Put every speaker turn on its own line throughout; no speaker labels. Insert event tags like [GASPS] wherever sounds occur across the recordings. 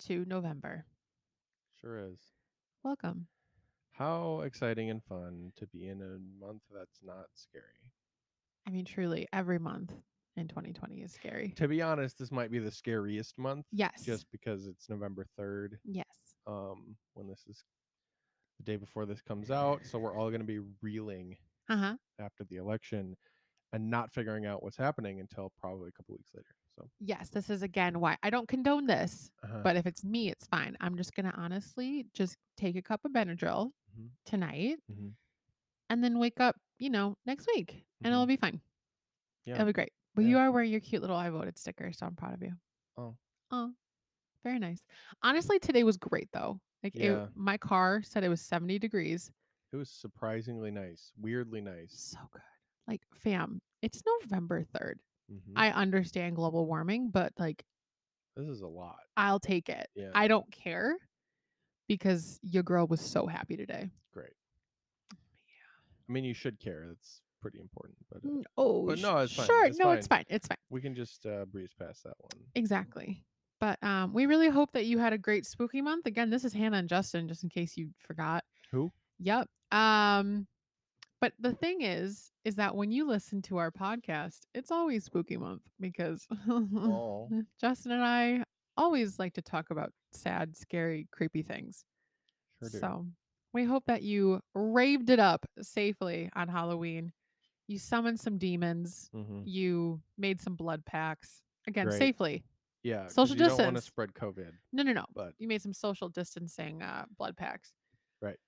to November.
Sure is.
Welcome.
How exciting and fun to be in a month that's not scary.
I mean, truly, every month in 2020 is scary.
To be honest, this might be the scariest month.
Yes.
Just because it's November 3rd,
Yes.
um, when this is the day before this comes out. So we're all going to be reeling
Uh huh.
after the election and not figuring out what's happening until probably a couple weeks later. So,
Yes. This is again why I don't condone this,
uh
but if it's me, it's fine. I'm just going to honestly just take a cup of Benadryl
Mhm.
tonight
Mhm.
and then wake up, you know, next week and it'll be fine.
Mm-hmm. Yeah.
It'll be great. But you
Yeah.
are wearing your cute little I voted sticker. So I'm proud of you.
Oh.
Oh, very nice. Honestly, today was great though. Like
Yeah.
it, my car said it was 70 degrees.
it was surprisingly nice, weirdly nice.
so good. Like, fam, it's November 3rd.
Mhm.
I understand global warming, but like,
this is a lot.
I'll take it.
Yeah.
I don't care because your girl was so happy today.
Great. I mean, you should care. That's pretty important. But uh,
Oh,
But no, it's fine,
sure.
it's
no, it's fine. It's fine.
we can just uh, breeze past that one.
Exactly. But um, we really hope that you had a great spooky month. Again, this is Hannah and Justin, just in case you forgot.
Who?
Yep. Um, but the thing is, is that when you listen to our podcast, it's always spooky month because [LAUGHS] Mm,
Oh,
Uh, Justin and I always like to talk about sad, scary, creepy things.
sure do.
so we hope that you raved it up safely on Halloween. You summoned some demons.
Mhm.
You made some blood packs. Again,
Great.
safely.
Yeah. 'cause
Social
you don't want to
distance.
spread COVID,
No, no, no.
but
You made some social distancing uh, blood packs.
Right.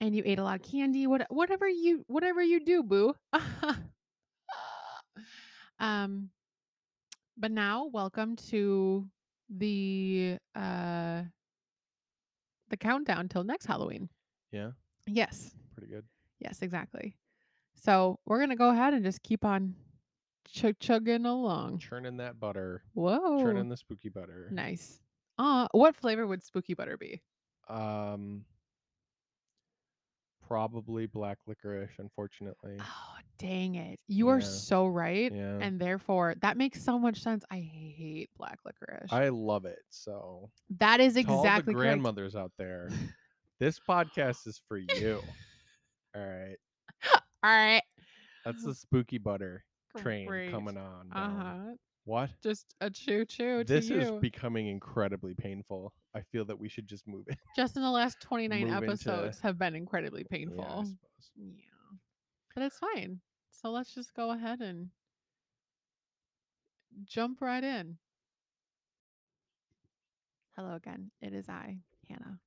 And you ate a lot of candy. What, whatever you, whatever you do, boo. [LAUGHS] um, but now, welcome to the uh, the countdown till next Halloween.
yeah,
Yes.
pretty good.
Yes, exactly. So we're gonna go ahead and just keep on chug chugging along.
Churning that butter,
Whoa.
churning the spooky butter.
Nice. Uh, what flavor would spooky butter be?
Um, probably black licorice. Unfortunately,
Oh, dang it. You are
Yeah.
so right.
yeah,
And therefore, that makes so much sense. I hate black licorice.
I love it. So
that is
to all the
exactly correct.
grandmothers out
[LAUGHS]
there, this podcast is for you. All right,
All right.
that's the spooky butter train
Great.
coming on.
Uh
down.
huh.
What?
Just a choo choo Oh, to
This
you.
is becoming incredibly painful. I feel that we should just move it.
Just in the last 29
move into-
episodes have been incredibly
Yeah, I
painful.
suppose.
Yeah. But it's fine. So let's just go ahead and jump right in. Hello again. It is I, Hannah,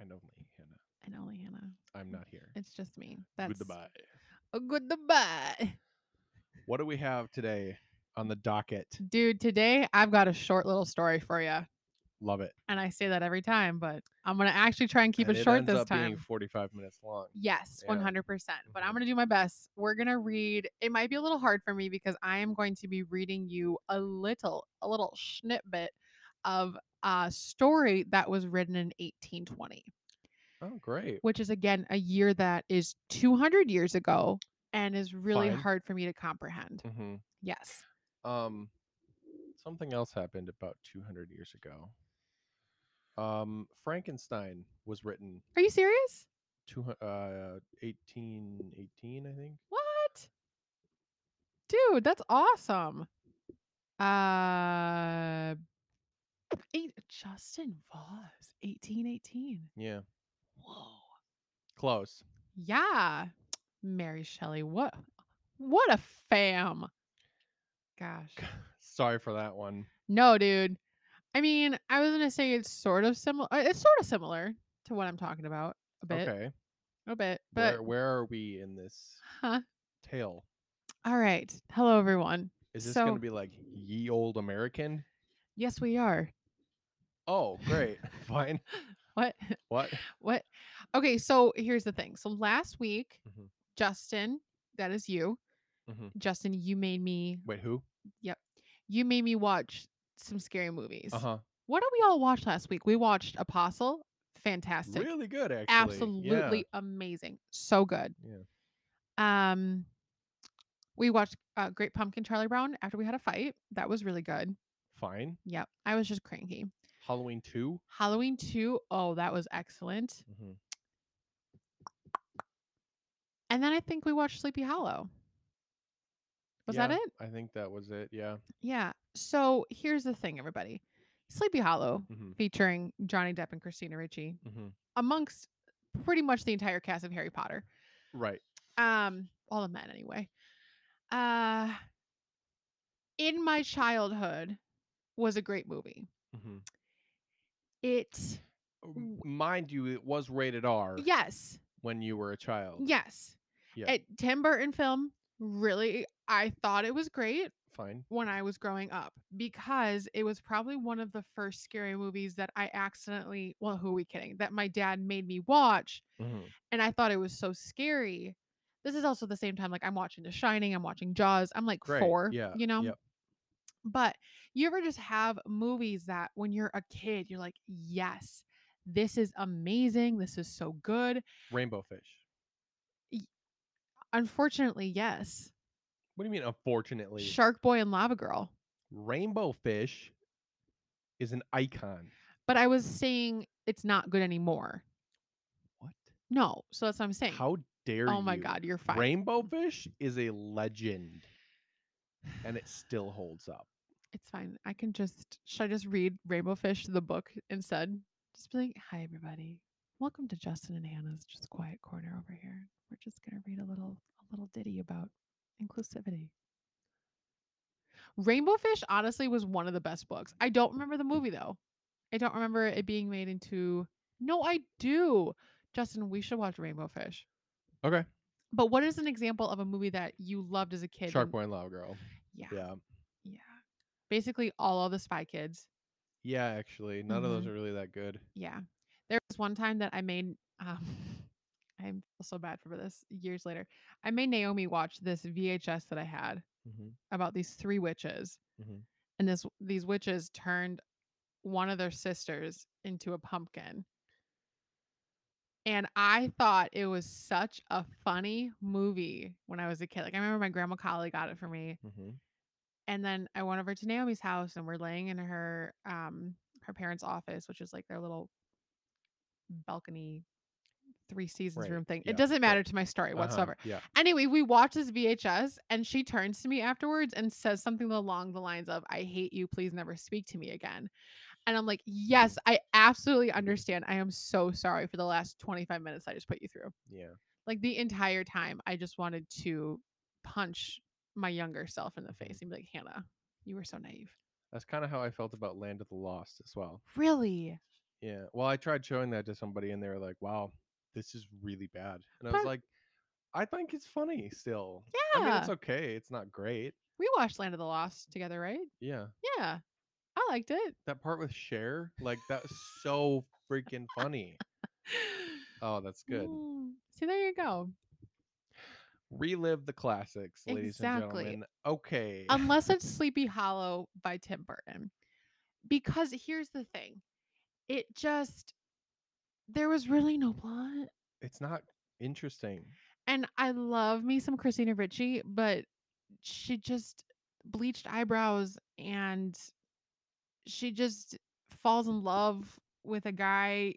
And only Hannah.
and only Hannah.
I'm not here.
It's just me. That's
Goodbye.
a goodbye.
What do we have today on the docket?
[LAUGHS] Dude, today I've got a short little story for you.
Love it.
And I say that every time, but I'm going to actually try and keep
And
it short
ends
this
up
time.
Being 45 minutes long.
Yes,
Yeah.
one hundred percent. But I'm
Mhm.
gonna do my best. We're gonna read. It might be a little hard for me because I am going to be reading you a little, a little snippet of a story that was written in 1820,
Oh, great.
which is again a year that is 200 years ago and is really
Fine.
hard for me to comprehend.
hmm
Yes.
Um, something else happened about 200 years ago. Um, Frankenstein was written
Are you serious?
200, uh, 1818, I think.
What? Dude, that's awesome. Uh, eight, Justin Voss, 1818.
Yeah,
Whoa.
close.
Yeah. Mary Shelley. What what a fam. Gosh.
[LAUGHS] Sorry for that one.
No, dude. I mean, I was gonna say it's sort of similar it's sort of similar to what I'm talking about. A bit.
Okay.
A bit. But
where, where are we in this
huh.
tale?
All right. Hello everyone.
Is this going
So-
to be like ye old American?
Yes, we are.
Oh,
[LAUGHS]
great. Fine.
What [LAUGHS]
What?
what? Okay, so here's the thing. So last week,
Mhm.
Justin, that is you.
Mhm.
Justin, you made me
Wait, who?
you made me watch some scary movies.
Uh huh.
What did we all watch last week? We watched Apostle. Fantastic.
Really good, actually.
Absolutely amazing. So good. Yeah. Um we watched uh, Great Pumpkin Charlie Brown after we had a fight. That was really good.
Yeah. Fine.
Yep. I was just cranky.
Halloween 2.
Halloween 2. Oh, that was excellent.
Mm-hmm.
And then I think we watched Sleepy Hollow. Was that it?
I think that was it. Yeah.
Yeah. So here's the thing, everybody Sleepy Hollow,
Mm-hmm.
featuring Johnny Depp and Christina Ricci,
Mm-hmm.
amongst pretty much the entire cast of Harry Potter.
Right.
um all the men anyway uh in my childhood was a great movie
Mm-hmm.
it W-
Mind you, it was rated R
yes
when you were a child.
yes
Yeah.
it, tim burton film really i thought it was great
Fine.
when i was growing up because it was probably one of the first scary movies that i accidentally well who are we kidding that my dad made me watch
Mm-hmm.
and I thought it was so scary. This is also the same time like I'm watching The Shining, I'm watching Jaws, I'm like
Great.
four,
Yeah.
you know.
Yep.
But you ever just have movies that when you're a kid, you're like, yes, this is amazing, this is so good.
Rainbow Fish.
Unfortunately, yes,
What do you mean, unfortunately?
Shark Boy and Lava Girl.
Rainbow Fish is an icon.
But I was saying it's not good anymore.
What?
No, so that's what I'm saying.
How dare you?
oh my God, you're fine. Mm.
Rainbow Fish is a legend and it still holds up.
It's fine. I can just should I just read Rainbow Fish the book instead? Just be like, "Hi everybody, welcome to Justin and Hannah's just quiet corner over here. We're just gonna read a little a little ditty about inclusivity." Rainbow Fish honestly was one of the best books. I don't remember the movie though. I don't remember it being made into. No, I do. Justin, we should watch Rainbow Fish.
Okay.
But what is an example of a movie that you loved as a kid?
Shark
and-
Boy and Lava Girl.
Yeah.
Yeah.
Yeah. Basically, all of the Spy Kids.
Yeah, actually. None of those
Mhm.
are really that good.
Yeah. There was one time that I made, um, [LAUGHS] I feel so bad for this years later. I made Naomi watch this VHS that I had
Mm-hmm.
about these three witches.
Mhm.
And this these witches turned one of their sisters into a pumpkin. And I thought it was such a funny movie when I was a kid. Like I remember my grandma Collie got it for me
Mm-hmm.
and then I went over to Naomi's house and we're laying in her um her parents' office, which is like their little balcony three seasons
Right,
room thing.
yeah,
It doesn't
right. Uh-huh.
matter to my story whatsoever.
Yeah.
Anyway, we watch this VHS and she turns to me afterwards and says something along the lines of, I hate you, please never speak to me again. And I'm like, Yes,
Mm.
I absolutely understand. I am so sorry for the last 25 minutes I just put you through
Yeah.
like the entire time i just wanted to punch my younger self in the
Mhm.
face and be like hannah you were so naive
That's kind of how I felt about Land of the Lost as well.
really
Yeah. Well, I tried showing that to somebody and they were like, wow, this is really bad. And I was
But-
like, I think it's funny still.
yeah
I mean, it's okay. It's not great.
we watched land of the lost together right
Yeah.
yeah i liked it
That part with Cher, like, that was so freaking funny. Oh, that's good.
Mm. [SIGHS] see there you go
Relive the classics, ladies
Exactly. Um
and gentlemen. Okay. [LAUGHS]
unless it's sleepy hollow by tim burton because here's the thing it just there was really no plot
it's not interesting.
And I love me some Christina Ricci, but she just bleached eyebrows and she just falls in love with a guy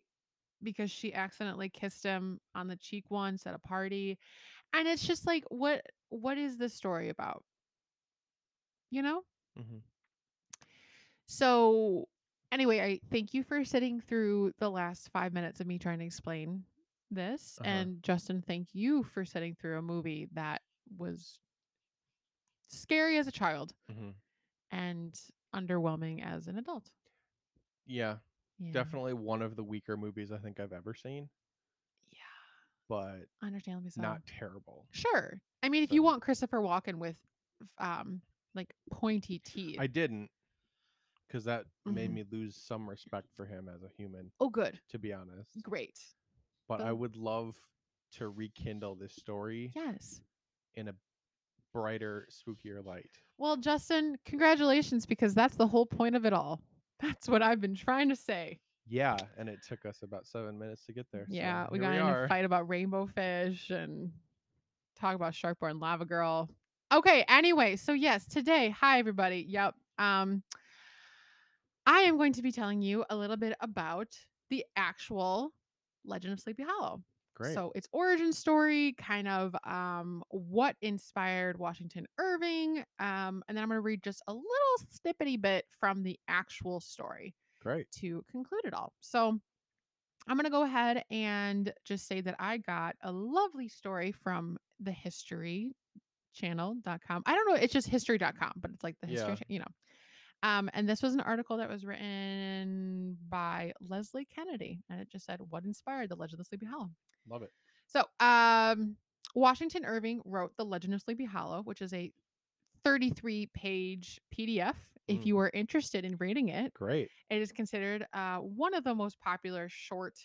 because she accidentally kissed him on the cheek once at a party. And it's just like what what is this story about? You know?
Mm-hmm.
So, anyway, I thank you for sitting through the last five minutes of me trying to explain this.
Uh-huh.
And Justin, thank you for sitting through a movie that was scary as a child
Mm-hmm.
and underwhelming as an adult.
Yeah,
Yeah.
definitely one of the weaker movies I think I've ever seen,
Yeah.
but
Understandably so.
not terrible.
sure. I mean, if you
so-
want Christopher Walken with um like pointy teeth.
I didn't because that made
Mhm.
me lose some respect for him as a human,
oh good.
to be honest.
Great.
But I
Boom.
would love to rekindle this story
Yes.
in a brighter, spookier light.
Well, Justin, congratulations because that's the whole point of it all. That's what I've been trying to say.
Yeah, and it took us about seven minutes to get there. so
yeah, we
here
got in
are.
a fight about rainbow fish and talk about Sharkboy and Lava Girl. Okay, anyway, so yes, today, hi everybody. Yep. Um I am going to be telling you a little bit about the actual Legend of Sleepy Hollow.
Great.
So its origin story, kind of um, what inspired Washington Irving, um, and then I'm going to read just a little snippety bit from the actual story
Great.
to conclude it all. So I'm going to go ahead and just say that I got a lovely story from the history channel.com. I don't know, it's just history.com, but it's like the history,
Yeah.
cha- you know. Um, and this was an article that was written by Leslie Kennedy, and it just said, What inspired the Legend of the Sleepy Hollow?
Love it.
So, um, Washington Irving wrote The Legend of Sleepy Hollow, which is a 33 page PDF. If
Mm.
you are interested in reading it,
Great.
it is considered uh, one of the most popular short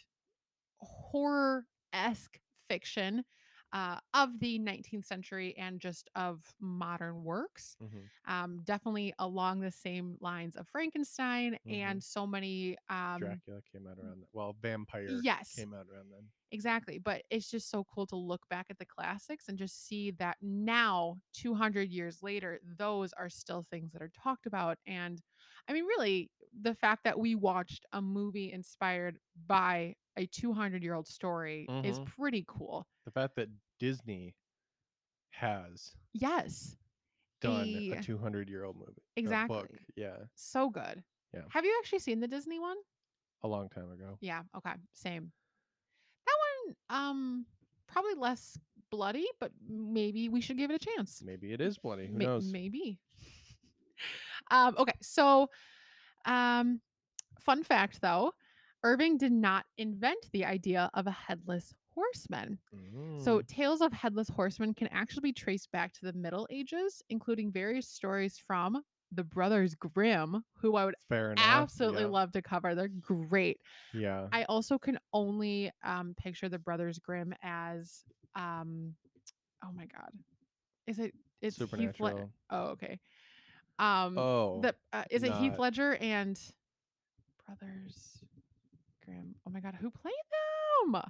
horror esque fiction uh, of the 19th century and just of modern works
Mhm.
um, definitely along the same lines of Frankenstein
Mhm.
and so many. Um,
Dracula came out around that. Well, vampire
yes.
came out around then.
Exactly. But it's just so cool to look back at the classics and just see that now, 200 years later, those are still things that are talked about. And I mean, really, the fact that we watched a movie inspired by a 200 year old story is
Mhm.
pretty cool.
The fact that Disney has
Yes.
done
The-
a 200 year old movie. or book,
Exactly.
Yeah.
So good.
Yeah.
Have you actually seen the Disney one?
A long time ago.
Yeah. Okay. Same. That one, um, probably less bloody, but maybe we should give it a chance.
Maybe it is bloody. Who
May-
knows?
Maybe. [LAUGHS] um, okay, so um, fun fact though, Irving did not invent the idea of a headless horseman. So
Mm,
tales of headless horsemen can actually be traced back to the Middle Ages, including various stories from the Brothers Grimm, who I would
fair enough.
absolutely
yeah.
love to cover. They're great.
Yeah.
I also can only um, picture the Brothers Grimm as, um, oh my god, is it? It's Heath Led-
Supernatural.
Oh, okay. Um,
oh.
the uh, is it Heath
not-
Ledger and Brothers Grimm? Oh my god, who played them?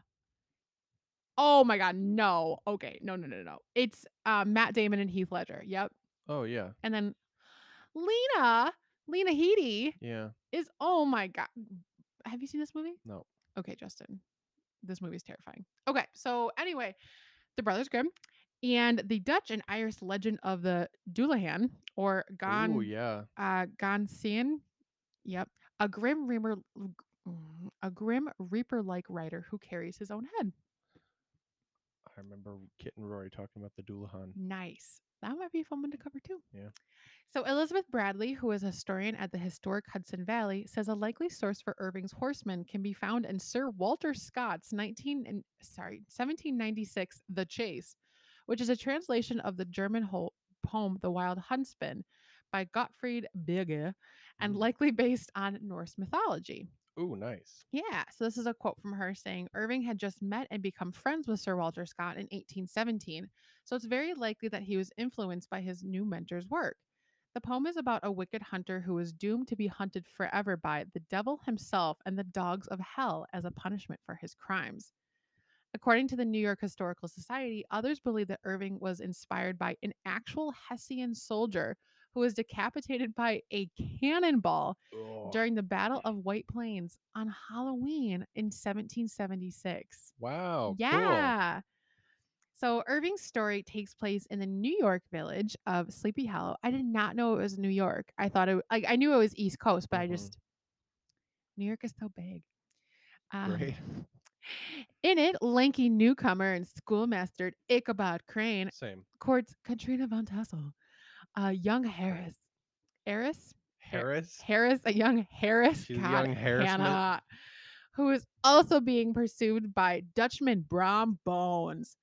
Oh my god, no. Okay, no, no, no, no. It's uh, Matt Damon and Heath Ledger. Yep,
oh, yeah.
and then Lena Lena Headey
Yeah.
is. Oh my god, have you seen this movie?
No.
Okay, Justin, this movie is terrifying. Okay, so anyway, the Brothers Grimm. And the Dutch and Irish legend of the Doulahan or Gan
Oh, yeah.
uh Gonsian. Yep. A grim reaper mm, a grim reaper like rider who carries his own head.
I remember Kit and Rory talking about the Doulahan.
Nice. That might be a fun one to cover too.
Yeah.
So Elizabeth Bradley, who is a historian at the historic Hudson Valley, says a likely source for Irving's horsemen can be found in Sir Walter Scott's 19 and sorry, 1796 The Chase, which is a translation of the German ho- poem The Wild Huntsman by Gottfried Bigge and
Mm.
likely based on Norse mythology.
Ooh, nice.
Yeah. So this is a quote from her saying Irving had just met and become friends with Sir Walter Scott in 1817. So it's very likely that he was influenced by his new mentor's work. The poem is about a wicked hunter who is doomed to be hunted forever by the devil himself and the dogs of hell as a punishment for his crimes. According to the New York Historical Society, others believe that Irving was inspired by an actual Hessian soldier who was decapitated by a cannonball
Oh,
during the Battle of White Plains on Halloween in 1776.
wow.
yeah. So Irving's story takes place in the New York village of Sleepy Hollow. I did not know it was New York. I thought it like I knew it was East Coast, but I
Mhm.
just New York is so big.
Cool.
Um, [LAUGHS]
Great.
In it, lanky newcomer and schoolmaster Ichabod Crane
Same.
courts Katrina von Tassel, a young Harris. Harris?
Harris.
Harris, a young Harris,
She's a
God,
young Harris Smith.
Hannah, who is also being pursued by Dutchman Brom Bones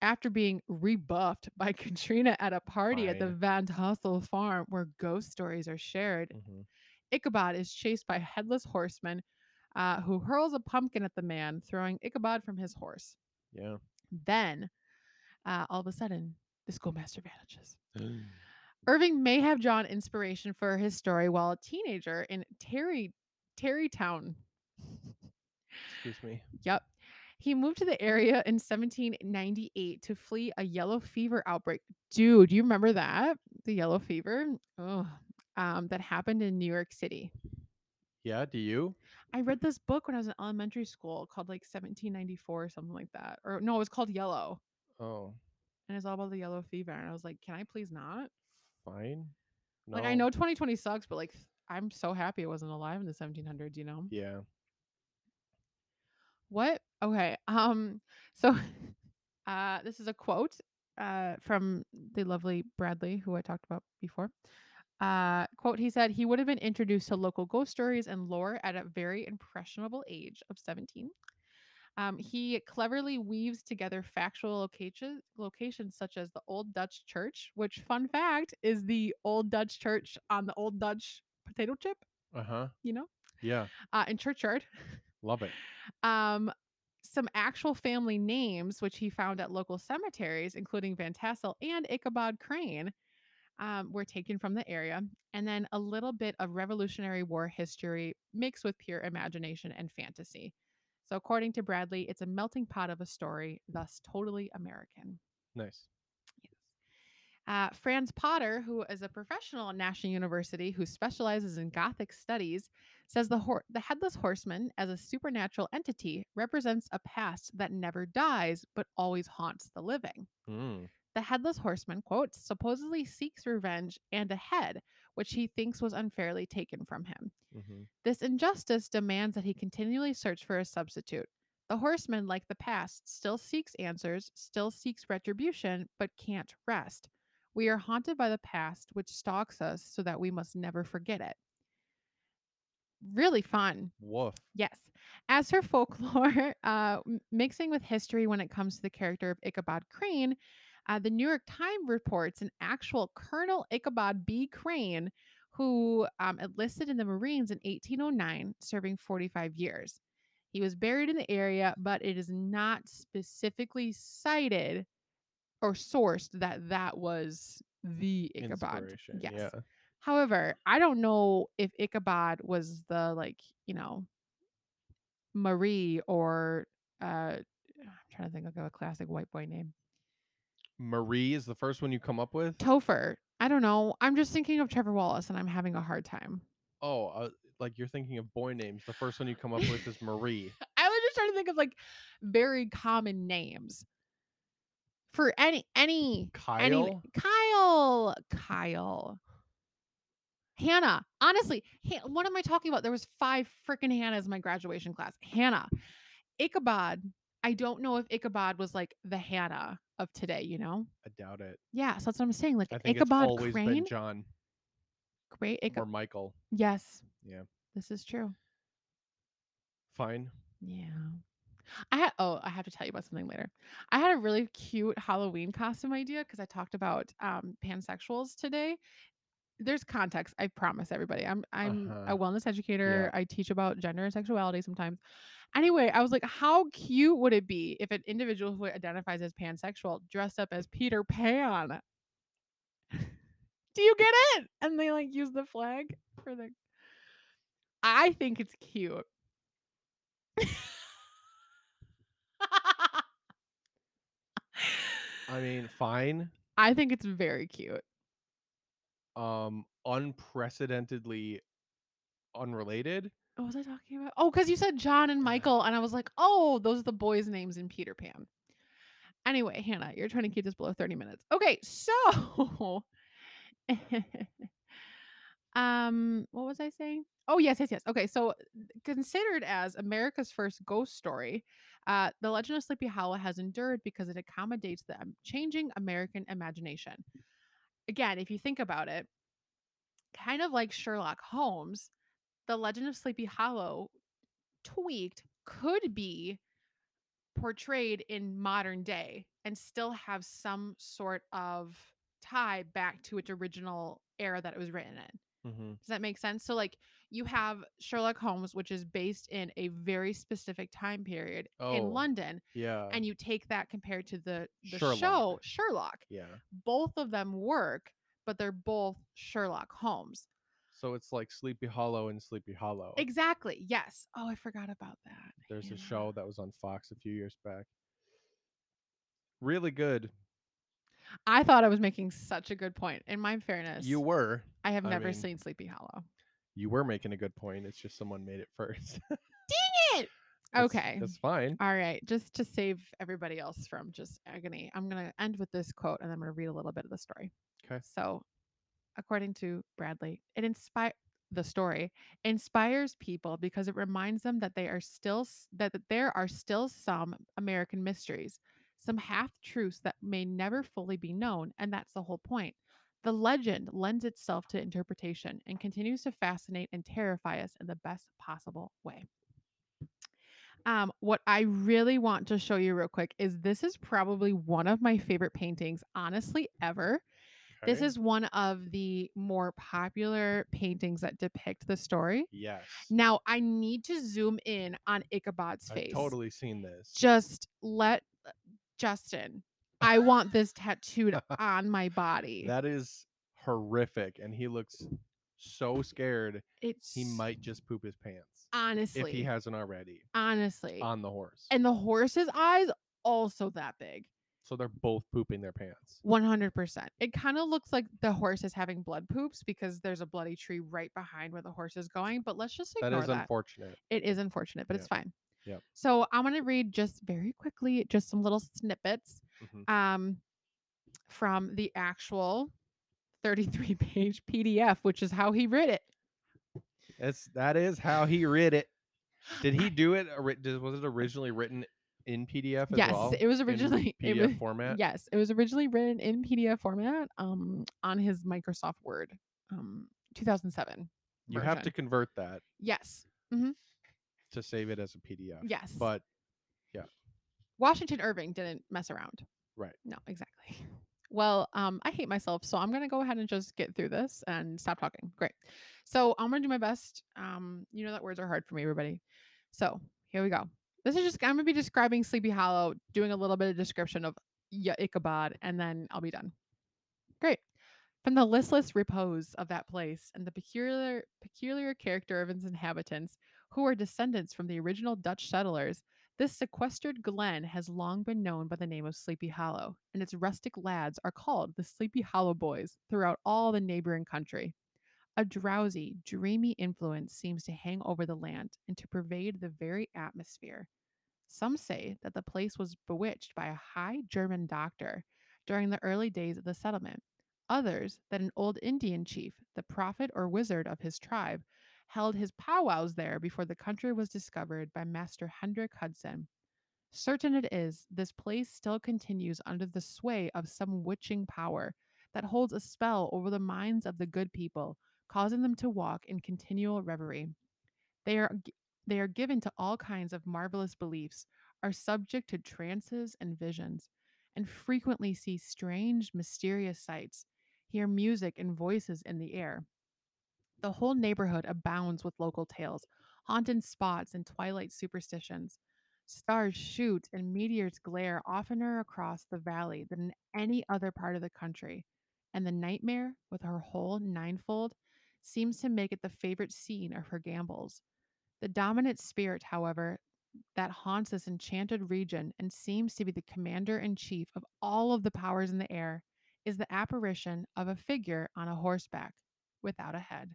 after being rebuffed by [LAUGHS] Katrina at a party at the
Fine.
Van Tassel farm where ghost stories are shared.
Mhm.
Ichabod is chased by a headless horseman uh, who hurls a pumpkin at the man, throwing Ichabod from his horse.
Yeah.
Then, uh, all of a sudden, the schoolmaster vanishes.
Mm.
Irving may have drawn inspiration for his story while a teenager in Terry Terrytown.
Excuse me.
Yep. He moved to the area in 1798 to flee a yellow fever outbreak. Dude, you remember that? The yellow fever? Oh, um, that happened in New York City.
Yeah, do you?
I read this book when I was in elementary school called like 1794 or something like that. Or no, it was called Yellow.
Oh,
And it's all about the yellow fever. And I was like, can I please not?
fine.
Like, I
No.
know 2020 sucks, but like, th- I'm so happy I wasn't alive in the 1700s, you know?
Yeah.
What? Okay. Um, [LAUGHS] so uh this is a quote uh from the lovely Bradley who I talked about before. Uh quote he said he would have been introduced to local ghost stories and lore at a very impressionable age of 17. Um, he cleverly weaves together factual locations locations such as the Old Dutch Church, which fun fact is the Old Dutch Church on the Old Dutch potato chip,
Uh huh.
you know,
Yeah.
uh in churchyard.
Love it.
um, some actual family names, which he found at local cemeteries, including Van Tassel and Ichabod Crane, um, were taken from the area. And then a little bit of Revolutionary War history mixed with pure imagination and fantasy. So, according to Bradley, it's a melting pot of a story, thus totally American.
Nice.
Yes. Uh, Franz Potter, who is a professional at National University who specializes in Gothic studies, says the, hor- the headless horseman, as a supernatural entity, represents a past that never dies but always haunts the living.
Mm.
The headless horseman, quotes, supposedly seeks revenge and a head, which he thinks was unfairly taken from him.
hmm
This injustice demands that he continually search for a substitute. The horseman, like the past, still seeks answers, still seeks retribution, but can't rest. We are haunted by the past, which stalks us so that we must never forget it. Really fun.
Woof.
Yes. As her [LAUGHS] folklore, uh, m- mixing with history when it comes to the character of Ichabod Crane, uh, the New York Times reports an actual Colonel Ichabod B. Crane who um, enlisted in the Marines in 1809, serving 45 years. He was buried in the area, but it is not specifically cited or sourced that that was the Ichabod.
Inspiration.
Yes.
Yeah.
However, I don't know if Ichabod was the like, you know, Marie or uh I'm trying to think of a classic white boy name.
Marie is the first one you come up with.
Topher. I don't know. I'm just thinking of Trevor Wallace and I'm having a hard time.
Oh, uh, like you're thinking of boy names. The first one you come up with
[LAUGHS]
is Marie.
I was just trying to think of like very common names for any any
Kyle.
any Kyle Kyle Hannah. Honestly, Han- what am I talking about? There was five freaking Hannahs in my graduation class. Hannah, Ichabod. I don't know if Ichabod was like the Hannah of today. You know?
I doubt it.
Yeah. So that's what I'm saying. Like
I think it's
Ichabod
always
Crane,
been John
great
or
Ichabod.
Michael.
Yes.
Yeah.
This is true.
Fine.
Yeah. I had oh, I have to tell you about something later. I had a really cute Halloween costume idea because I talked about um pansexuals today. There's context, I promise everybody. I'm I'm
Uh-huh.
a wellness educator. I teach about gender and sexuality sometimes. Anyway, I was like, how cute would it be if an individual who identifies as pansexual dressed up as Peter Pan? [LAUGHS] Do you get it? And they like use the flag for the I think it's cute. [LAUGHS]
I mean, fine.
I think it's very cute.
Um, unprecedentedly unrelated.
What was I talking about? Oh, because you said John and
Uh,
Michael, and I was like, oh, those are the boys' names in Peter Pan. Anyway, Hannah, you're trying to keep this below 30 minutes. Okay, so [LAUGHS] um, what was I saying? Oh, yes, yes, yes. Okay, so considered as America's first ghost story, uh, the legend of Sleepy Hollow has endured because it accommodates the um, changing American imagination. Again, if you think about it, kind of like Sherlock Holmes, the legend of Sleepy Hollow tweaked could be portrayed in modern day and still have some sort of tie back to its original era that it was written in.
Mm-hmm.
Does that make sense? So like you have Sherlock Holmes which is based in a very specific time period
Oh.
in London
Yeah.
and you take that compared to the, the
Sherlock.
show Sherlock.
yeah.
Both of them work, but they're both Sherlock Holmes.
So it's like Sleepy Hollow and Sleepy Hollow.
Exactly. Yes. Oh, I forgot about that.
There's a
Hannah.
show that was on Fox a few years back. Really good.
I thought I was making such a good point. In my fairness,
You were.
I have
I
never
mean-
seen Sleepy Hollow.
You were making a good point. It's just someone made it first.
it!
[LAUGHS] That's-
Okay.
That's fine.
All right, just to save everybody else from just agony, I'm going to end with this quote and I'm going to read a little bit of the story.
'Kay.
So, according to Bradley, it inspire the story inspires people because it reminds them that they are still s- that that there are still some American mysteries, some half truths that may never fully be known, and that's the whole point. The legend lends itself to interpretation and continues to fascinate and terrify us in the best possible way. Um, what I really want to show you real quick is this is probably one of my favorite paintings, honestly, ever. This
Okay.
is one of the more popular paintings that depict the story.
yes.
Now, I need to zoom in on Ichabod's
I've
face.
totally seen this.
Just let uh, Justin, I want this
[LAUGHS]
tattooed on my body.
that is horrific, and he looks so scared.
it's
He might just poop his pants
honestly,
if he hasn't already
honestly,
on the horse.
and the horse's eyes also that big.
so they're both pooping their pants.
100%. It kind of looks like the horse is having blood poops because there's a bloody tree right behind where the horse is going, but let's just
That
ignore
is
that.
unfortunate.
It is unfortunate, but
Yep.
it's fine.
Yep.
So I'm going to read just very quickly just some little snippets
Mhm.
um, from the actual 33 [LAUGHS] page PDF, which is how he read it.
That's that is how he read it. Did
[SIGHS]
he do it? ori- did- Was it originally written in PDF as
yes,
well?
it was
In
originally [LAUGHS] it
PDF
was-
format.
Yes, it was originally written in PDF format um, on his Microsoft Word, um, 2007.
you have to
version.
convert that
Yes,
to save it as a PDF.
yes. [SIGHS]
But
Washington Irving didn't mess around.
Right.
No, exactly. [LAUGHS] Well, um, I hate myself, so I'm gonna go ahead and just get through this and stop talking. Great. So I'm gonna do my best. Um, you know that words are hard for me, everybody. So here we go. This is just I'm gonna be describing Sleepy Hollow, doing a little bit of description of Ya- Ichabod, and then I'll be done. Great. From the listless repose of that place and the peculiar peculiar character of its inhabitants, who are descendants from the original Dutch settlers, this sequestered glen has long been known by the name of Sleepy Hollow, and its rustic lads are called the Sleepy Hollow Boys throughout all the neighboring country. A drowsy, dreamy influence seems to hang over the land and to pervade the very atmosphere. Some say that the place was bewitched by a high German doctor during the early days of the settlement. Others that an old Indian chief, the prophet or wizard of his tribe, held his powwows there before the country was discovered by Master Hendrik Hudson. Certain it is, this place still continues under the sway of some witching power that holds a spell over the minds of the good people, causing them to walk in continual reverie. They are, g- they are given to all kinds of marvelous beliefs, are subject to trances and visions, and frequently see strange, mysterious sights, hear music and voices in the air. The whole neighborhood abounds with local tales, haunted spots, and twilight superstitions. Stars shoot and meteors glare oftener across the valley than in any other part of the country, and the nightmare, with her whole ninefold, seems to make it the favorite scene of her gambols. The dominant spirit, however, that haunts this enchanted region and seems to be the commander in chief of all of the powers in the air is the apparition of a figure on a horseback without a head.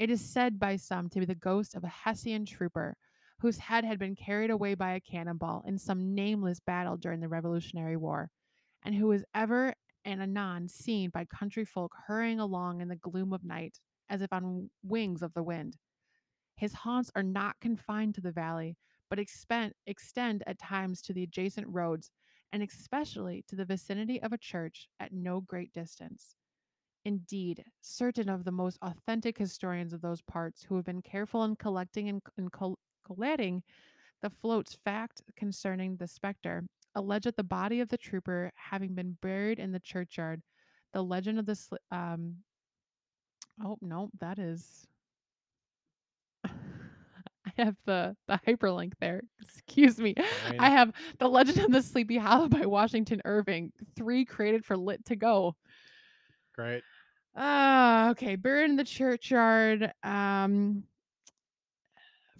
It is said by some to be the ghost of a Hessian trooper whose head had been carried away by a cannonball in some nameless battle during the Revolutionary War, and who is ever and anon seen by country folk hurrying along in the gloom of night as if on w- wings of the wind. His haunts are not confined to the valley, but expen- extend at times to the adjacent roads and especially to the vicinity of a church at no great distance. Indeed, certain of the most authentic historians of those parts who have been careful in collecting and, c- and col- collating the float's fact concerning the specter allege that the body of the trooper having been buried in the churchyard, the legend of the sli- um oh no, that is [LAUGHS] I have the the hyperlink there. [LAUGHS] Excuse me. I
Fine.
have The Legend of the Sleepy Hollow by Washington Irving, 3 created for Lit to Go.
great.
Ah, okay. Buried in the churchyard. Um,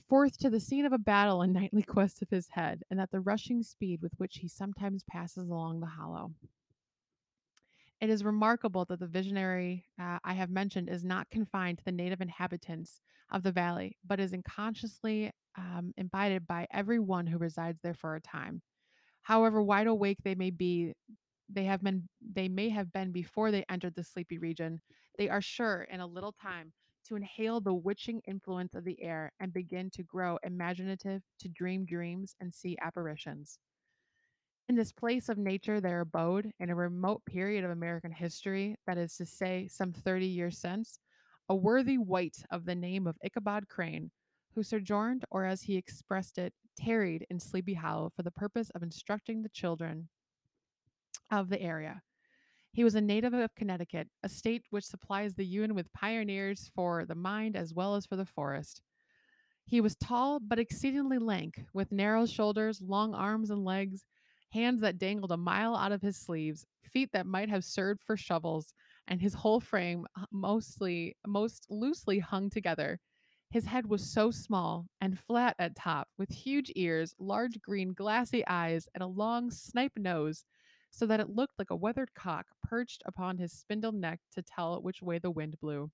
forth to the scene of a battle and nightly quest of his head, and at the rushing speed with which he sometimes passes along the hollow. It is remarkable that the visionary uh, I have mentioned is not confined to the native inhabitants of the valley, but is unconsciously um, imbibed by everyone who resides there for a time. However wide awake they may be, they have been they may have been before they entered the sleepy region. They are sure in a little time to inhale the witching influence of the air and begin to grow imaginative, to dream dreams and see apparitions. In this place of nature, their abode, in a remote period of American history, that is to say, some 30 years since, a worthy wight of the name of Ichabod Crane, who sojourned, or as he expressed it, tarried in Sleepy Hollow for the purpose of instructing the children of the area. He was a native of Connecticut, a state which supplies the Union with pioneers for the mind as well as for the forest. He was tall but exceedingly lank, with narrow shoulders, long arms and legs, hands that dangled a mile out of his sleeves, feet that might have served for shovels, and his whole frame h- mostly most loosely hung together. His head was so small and flat at top, with huge ears, large green glassy eyes, and a long snipe nose, so that it looked like a weathered cock perched upon his spindle neck to tell which way the wind blew.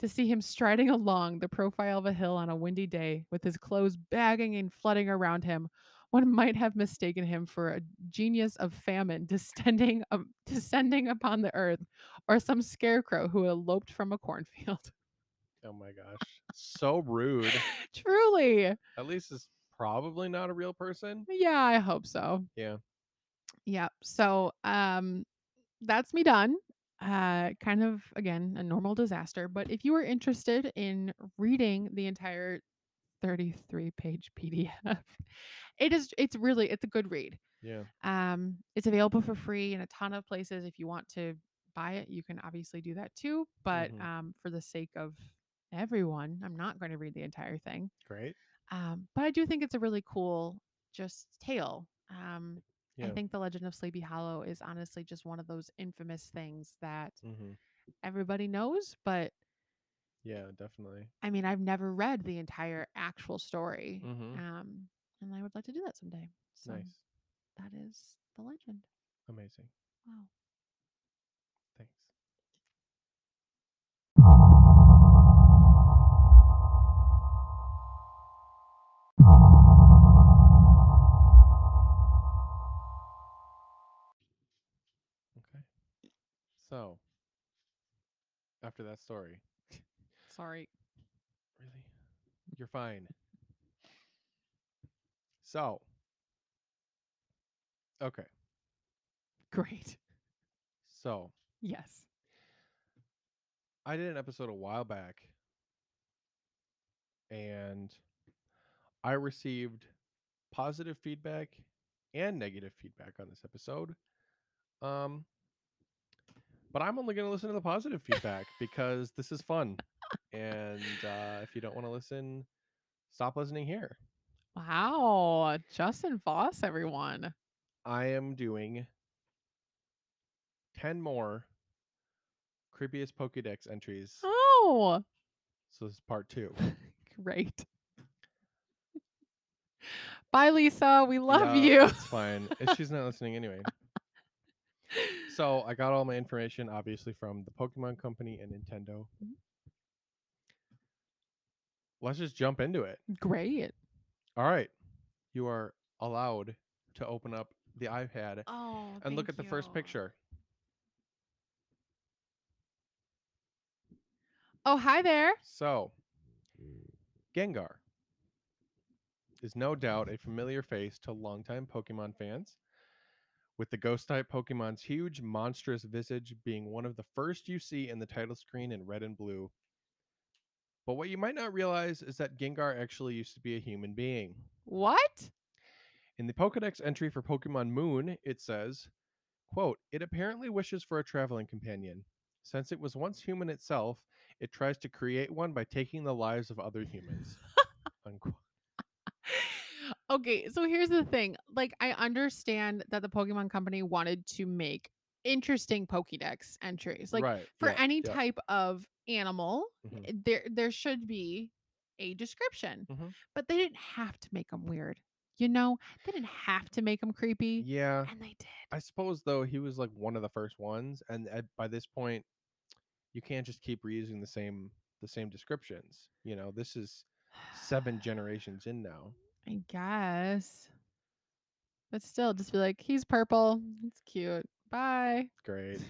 To see him striding [LAUGHS] along the profile of a hill on a windy day, with his clothes bagging and flooding around him, one might have mistaken him for a genius of famine descending um, descending upon the earth, or some scarecrow who eloped from a cornfield. [LAUGHS]
Oh my gosh. So rude.
Truly,
At least it's probably not a
[LAUGHS]
real person.
yeah, I hope so.
Yeah.
Yep. So um that's me done. Uh kind of again a normal disaster, but if you are interested in reading the entire 33 page PDF, [LAUGHS] it is it's really it's a good read.
Yeah.
Um it's available for free in a ton of places if you want to buy it, you can obviously do that too, but
Mhm.
um for the sake of everyone, I'm not going to read the entire thing.
Great.
Um but I do think it's a really cool just tale. Um
Yeah.
I think The Legend of Sleepy Hollow is honestly just one of those infamous things that
hmm
everybody knows, but
Yeah, definitely.
I mean, I've never read the entire actual story.
Mhm.
Um, and I would like to do that someday. So
Nice.
that is the legend.
Amazing.
Wow.
Thanks. Okay. So, after that story,
Sorry.
Really? You're fine. So, okay.
[LAUGHS] Great.
So,
Yes.
I did an episode a while back and I received positive feedback and negative feedback on this episode. Um but I'm only going to listen to the positive feedback because this is fun. And uh, if you don't want to listen, stop listening here.
Wow. Justin Voss, everyone.
I am doing 10 more creepiest Pokedex entries.
Oh,
So this is part two.
great. [LAUGHS] Bye, Lisa. We love
Yeah,
you.
It's fine. If she's not listening anyway. So I got all my information, obviously, from the Pokemon Company and Nintendo.
Mhm.
Let's just jump into it.
Mm. Great.
All right. You are allowed to open up the iPad
Oh,
and look at the first picture.
Oh, hi there.
So, Gengar is no doubt a familiar face to longtime Pokemon fans, with the ghost type Pokemon's huge, monstrous visage being one of the first you see in the title screen in red and blue. But what you might not realize is that Gengar actually used to be a human being.
What?
In the Pokedex entry for Pokemon Moon, it says, quote, It apparently wishes for a traveling companion. Since it was once human itself, it tries to create one by taking the lives of other
[LAUGHS]
humans. Unquote.
okay, so here's the thing. Like, I understand that the Pokemon Company wanted to make interesting Pokédex entries. Like,
right.
for
yeah,
any
yeah.
type of animal, eh,
Mhm.
i- there there should be a description,
Mhm.
but they didn't have to make them weird. You know, they didn't have to make him creepy,
Yeah.
[LAUGHS] and they did.
I suppose though he was like one of the first ones, and at, by this point, you can't just keep reusing the same the same descriptions. You know, this is
[SIGHS]
seven generations in now.
I guess. But still, just be like, he's purple. It's cute. Bye. [LAUGHS]
Great,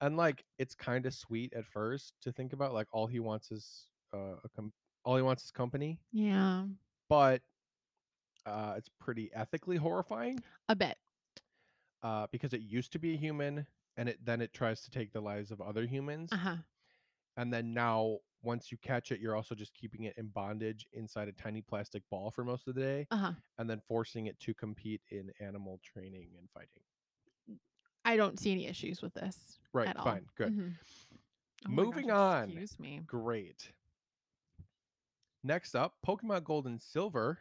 and like it's kind of sweet at first to think about. Like all he wants is uh, a com- all he wants is company,
Yeah.
but uh, it's pretty ethically horrifying
A bit.
uh, because it used to be a human, and it then it tries to take the lives of other humans.
Uh huh.
and then now once you catch it you're also just keeping it in bondage inside a tiny plastic ball for most of the day
Uh huh.
and then forcing it to compete in animal training and fighting
I don't see any issues with this.
right
at all.
fine good
Mhm. Oh my
Moving
gosh,
on.
Excuse me.
great next up pokemon gold and silver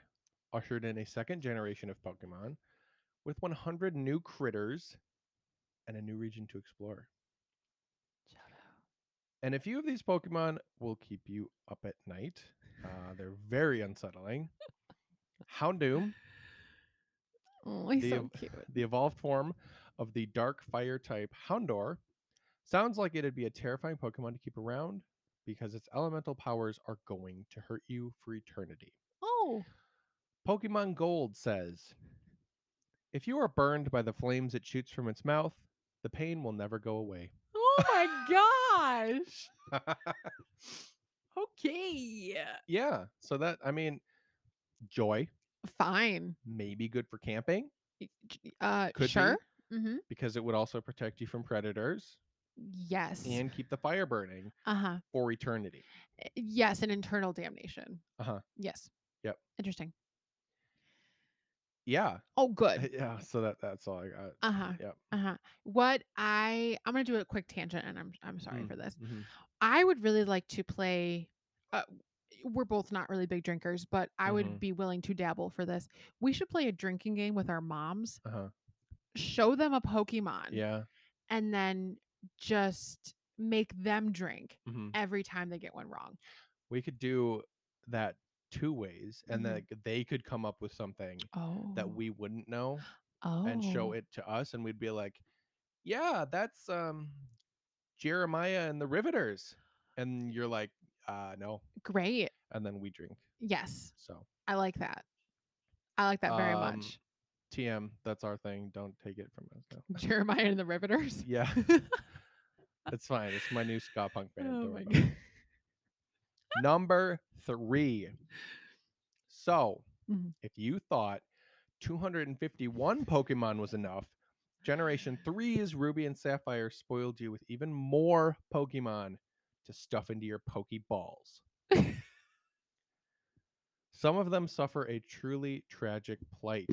ushered in a second generation of pokemon with 100 new critters and a new region to explore and a few of these pokemon will keep you up at night uh, they're very unsettling houndoom
Oh, he's
The
so
ev-
cute.
[LAUGHS] the evolved form of the dark fire type Houndor, sounds like it'd be a terrifying Pokemon to keep around because its elemental powers are going to hurt you for eternity.
Oh,
Pokemon Gold says If you are burned by the flames it shoots from its mouth, the pain will never go away.
oh my gosh.
[LAUGHS]
Okay.
yeah, so that, I mean, joy
Fine.
may be good for camping
Y- j- Uh,
Could be.
sure. Mm-hmm.
because it would also protect you from predators
Yes.
and keep the fire burning
uh huh.
for eternity.
Eh, Yes, an internal damnation.
Uh-huh.
Yes.
Yep.
Interesting.
Yeah,
Oh, good.
[LAUGHS] yeah so that that's all i got
Uh-huh.
Yep.
Uh-huh. What I I'm going to do a quick tangent and I'm I'm sorry
Mm,
for this.
mhm.
I would really like to play uh, we're both not really big drinkers, but I
Mhm.
would be willing to dabble for this. We should play a drinking game with our moms.
uh-huh
Show them a Pokemon
yeah
and then just make them drink
mhm.
every time they get one wrong.
we could do that two ways and
Mhm.
then they could come up with something
Oh.
that we wouldn't know
oh.
and show it to us and we'd be like yeah that's um jeremiah and the riveters and you're like uh no
Great.
and then we drink
Yes.
so
I like that. I like that very
Um,
much. [LAUGHS]
tm that's our thing don't take it from us no.
Jeremiah and the Riveters. [LAUGHS]
yeah it's fine it's my new ska punk band
oh
don't
my
worry about it.
[LAUGHS] god.
Number three. So,
Mhm.
if you thought 251 Pokemon was enough, Generation 3's Ruby and Sapphire spoiled you with even more Pokemon to stuff into your Pokeballs. Some of them suffer a truly tragic plight.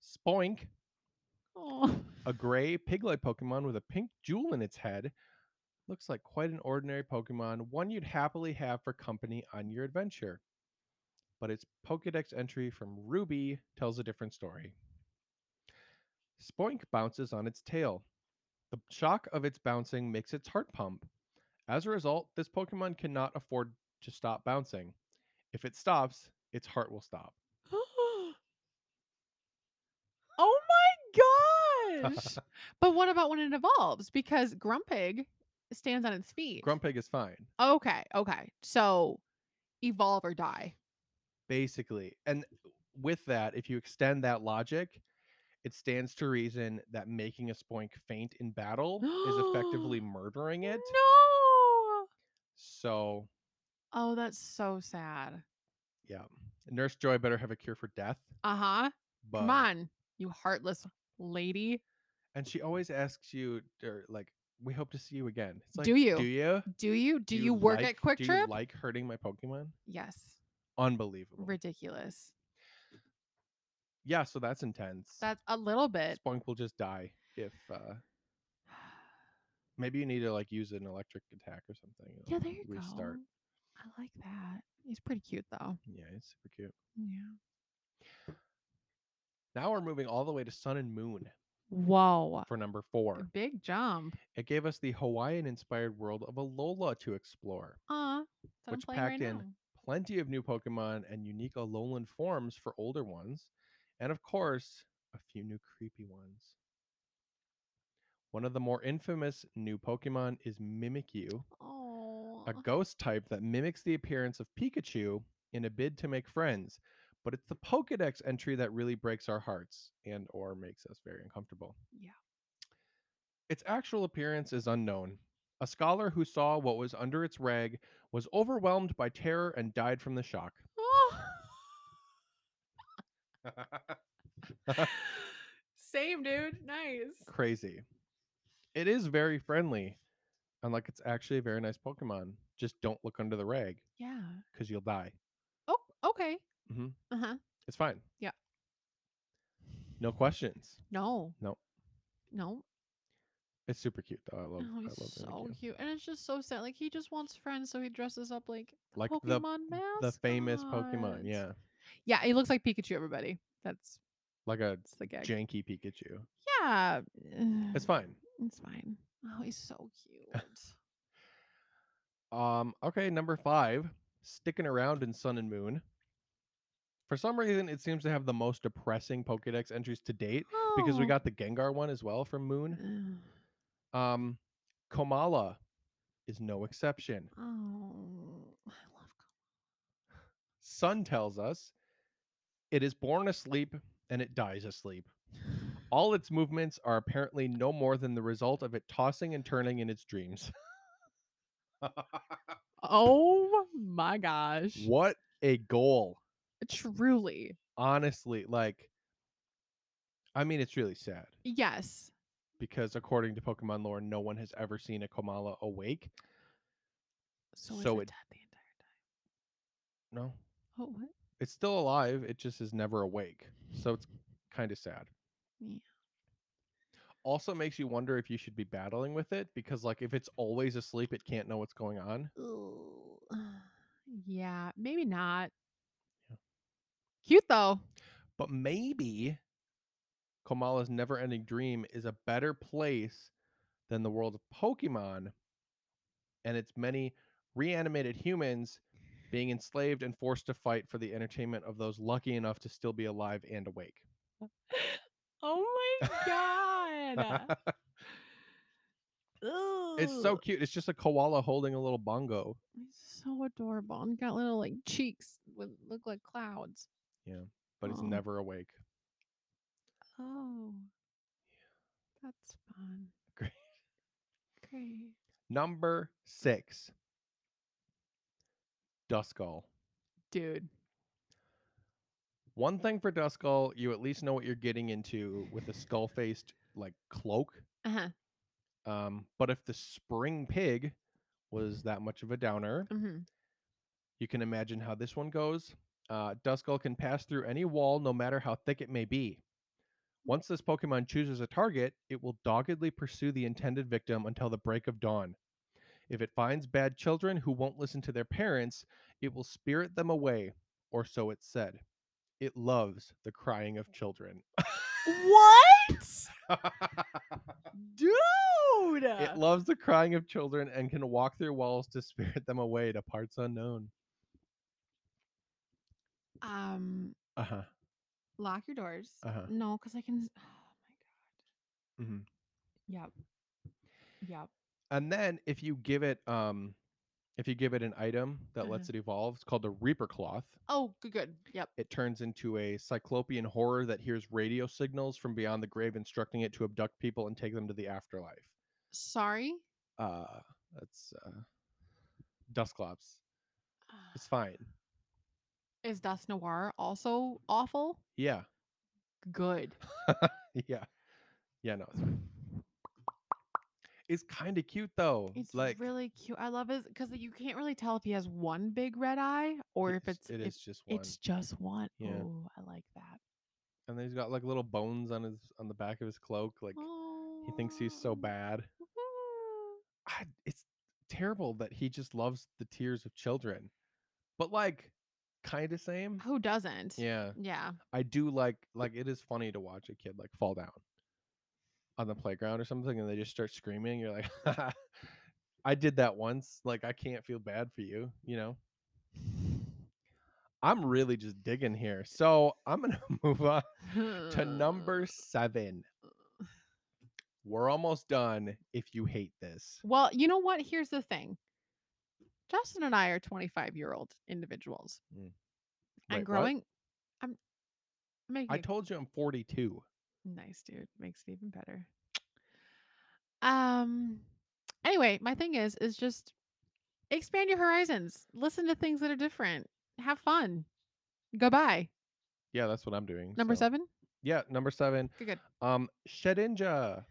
Spoink,
Oh.
a gray pig-like Pokemon with a pink jewel in its head. Looks like quite an ordinary Pokemon, one you'd happily have for company on your adventure. But its Pokedex entry from Ruby tells a different story. Spoink bounces on its tail. The shock of its bouncing makes its heart pump. As a result, this Pokemon cannot afford to stop bouncing. If it stops, its heart will stop.
[GASPS] oh my gosh.
[LAUGHS]
but what about when it evolves? Because Grumpig stands on its feet.
Grumpig is fine.
okay, okay. So evolve or die.
basically and with that if you extend that logic it stands to reason that making a spoink faint in battle is
[GASPS]
effectively murdering it
No.
so
Oh, that's so sad.
yeah nurse joy better have a cure for death
Uh-huh.
but
Come on, you heartless lady.
and she always asks you or like we hope to see you again it's like
Do you?
do you
Do you do, you, work
like-
at Quick
do you
Trip?
like hurting my pokemon
yes.
unbelievable
Ridiculous.
yeah so that's intense
That's a little bit.
spoink will just die if uh maybe you need to like use an electric attack or something and,
Yeah,
like,
there you
restart
go. I like that. He's pretty cute though.
Yeah, it's super cute.
Yeah.
Now we're moving all the way to Sun and Moon
Whoa.
for number
A
four.
big jump.
It gave us the Hawaiian inspired world of Alola to explore,
Uh, that's what
Which
I'm playing right
packed in
now.
plenty of new Pokemon and unique Alolan forms for older ones, and of course, a few new creepy ones. One of the more infamous new Pokemon is Mimikyu,
Oh.
a ghost type that mimics the appearance of Pikachu in a bid to make friends. But it's the Pokedex entry that really breaks our hearts and or makes us very uncomfortable.
Yeah.
Its actual appearance is unknown. A scholar who saw what was under its rag was overwhelmed by terror and died from the shock. [LAUGHS]
[LAUGHS] Same, dude. Nice.
Crazy. It is very friendly. And like it's actually a very nice Pokemon. Just don't look under the rag
Yeah.
because you'll die.
Oh, okay.
Mhm.
Uh huh.
It's fine.
Yeah.
No questions.
No.
No.
No.
It's super cute though. I love
Oh,
I love
he's so
Mimikyu.
cute. And it's just so sad. Like, he just wants friends, so he dresses up like a
Like the
Pokemon mascot.
the famous Pokemon. Yeah.
Yeah, he looks like Pikachu, everybody. That's,
Like a
that's the gag.
janky Pikachu.
yeah. [LAUGHS]
It's fine.
It's fine. Oh, he's so cute.
Um, okay, number five, sticking around in Sun and Moon. For some reason, it seems to have the most depressing Pokedex entries to date [LAUGHS] because we
Oh.
got the Gengar one as well from Moon.
Ugh.
Um, Komala is no exception.
Oh, I love. Col-
Sun tells us it is born asleep and it dies asleep. All its movements are apparently no more than the result of it tossing and turning in its dreams. [LAUGHS]
Oh my gosh!
what a goal!
Truly,
honestly, like, I mean, it's really sad
yes.
because according to Pokemon lore, no one has ever seen a Komala awake.
So, is
So
it
it-
dead the
No,
entire time? Oh, what?
it's still alive. It just is never awake. So it's kind of sad.
Yeah.
Also makes you wonder if you should be battling with it because, like, if it's always asleep, it can't know what's going on.
Ooh. Yeah, maybe not.
Yeah.
Cute though.
But maybe Komala's never ending dream is a better place than the world of Pokemon and its many reanimated humans being enslaved and forced to fight for the entertainment of those lucky enough to still be alive and awake.
Oh my [LAUGHS] god.
[LAUGHS] it's so
Ooh,
cute. It's just a koala holding a little bongo.
he's so adorable and got little like cheeks with look like clouds.
But it's
Aw.
never awake.
Oh. That's fun.
[LAUGHS] Great.
Great.
Number six Duskull.
Dude.
One thing for Duskull, you at least know what you're getting into with a skull faced like cloak.
Uh-huh.
Um, but if the spring pig was that much of a downer,
Mm-hmm.
you can imagine how this one goes. Uh, Duskull can pass through any wall, no matter how thick it may be. Once this Pokemon chooses a target, it will doggedly pursue the intended victim until the break of dawn. If it finds bad children who won't listen to their parents, it will spirit them away, or so it's said. It loves the crying of children.
What? Dude. [LAUGHS]
It loves the crying of children and can walk through walls to [LAUGHS] spirit them away to parts unknown.
um
Uh huh.
lock your doors.
Uh-huh.
No, because I can oh my god.
Mhm.
Yep. Yep.
And then if you give it, um, if you give it an item that
Uh-huh.
lets it evolve, it's called the Reaper Cloth.
Oh, good, good. Yep.
It turns into a cyclopean horror that hears radio signals from beyond the grave, instructing it to abduct people and take them to the afterlife.
Sorry.
Uh, that's uh, Dusclops. It's fine.
Is Dust Noir also awful?
Yeah, [LAUGHS]
Good.
yeah, yeah. No, it's fine. It's kind of cute though.
It's
like
really cute. I love his because you can't really tell if he has one big red eye or if
It's-
it's
it
if
is just one.
It's just one.
Yeah.
Oh, I like that.
and then he's got like little bones on his on the back of his cloak. Like
Oh.
he thinks he's so bad. I, it's terrible that he just loves the tears of children, but like kind of same.
[LAUGHS] Who doesn't?
Yeah,
Yeah.
I do like like it is funny to watch a kid like fall down on the playground or something, and they just start screaming. You're like, [LAUGHS] I did that once. Like I can't feel bad for you. You know. I'm really just digging here. So I'm gonna [LAUGHS] move on [LAUGHS] to number seven. We're almost done. If you hate this,
[LAUGHS] Well, you know what? Here's the thing. Justin and I are 25 year old individuals
Mm. Wait,
and
what?
growing. I'm making
I
a
told you I'm 42.
Nice, dude. Makes it even better. [SNIFFS] Um anyway, my thing is is just expand your horizons. Listen to things that are different. Have fun. Goodbye.
Yeah, that's what I'm doing.
Number
so-
7.
Yeah, number seven.
Good, Uh, good.
Um, Shedinja.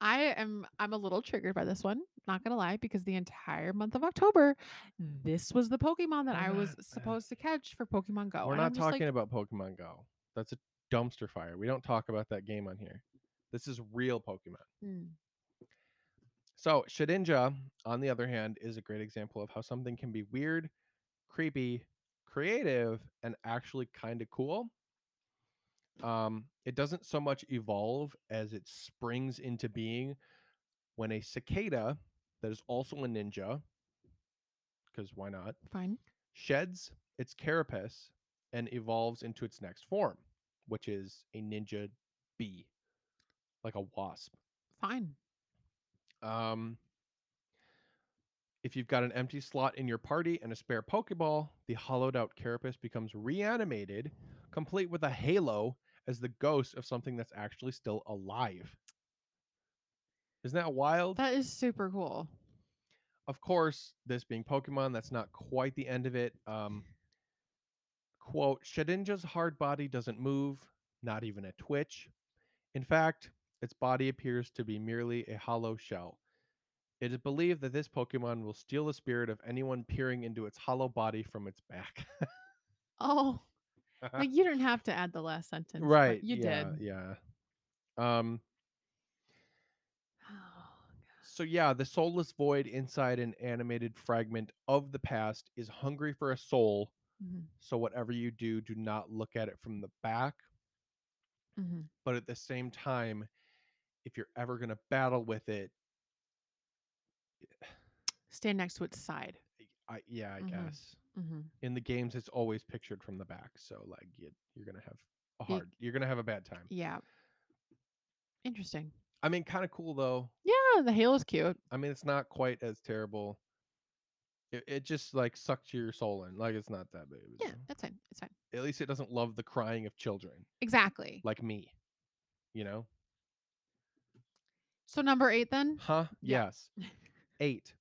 I am I'm a little triggered by this one, not going to lie, because the entire month of October, this was the Pokemon that I
We're
was
not, uh,
supposed to catch for Pokemon Go.
We're
and I'm
not
just like,
talking about Pokemon Go. That's a dumpster fire. We don't talk about that game on here. This is real Pokemon.
"Mm,
So, Shedinja, on the other hand, is a great example of how something can be weird, creepy, creative, and actually kind of cool. Um, it doesn't so much evolve as it springs into being when a cicada that is also a ninja, because why not,
fine.
sheds its carapace and evolves into its next form, which is a ninja bee, like a wasp.
Fine.
Um, if you've got an empty slot in your party and a spare Pokeball, the hollowed out carapace becomes reanimated, complete with a halo as the ghost of something that's actually still alive. Isn't that wild?
That is super cool.
of course, this being Pokemon, that's not quite the end of it.
[LAUGHS]
Um, quote, Shedinja's hard body doesn't move, not even a twitch. In fact, its body appears to be merely a hollow shell. It is believed that this Pokemon will steal the spirit of anyone peering into its hollow body from its back.
Oh, like you didn't have to add the last sentence. but
Uh-huh. right.
You
yeah,
did.
Yeah. Um, So yeah, the soulless void inside an animated fragment of the past is hungry for a soul
Mhm,
So whatever you do, do not look at it from the back.
mhm.
But at the same time, if you're ever going to battle with it,
Stand next to its side.
I, yeah, I
Mhm.
guess
hmm
in the games it's always pictured from the back. So like you, you're going to have a
Ye-
hard, you're going to have a bad time.
Yeah. Interesting.
I mean, kind of cool though.
Yeah, the halo's cute.
I mean, it's not quite as terrible. It, it just like sucks your soul in. Like it's not that big. of a
Yeah,
deal.
that's fine. It's fine.
At least it doesn't love the crying of children
Exactly.
like me. You know?
So number eight then?
Huh?
Mm, Yeah.
Yes. Eight.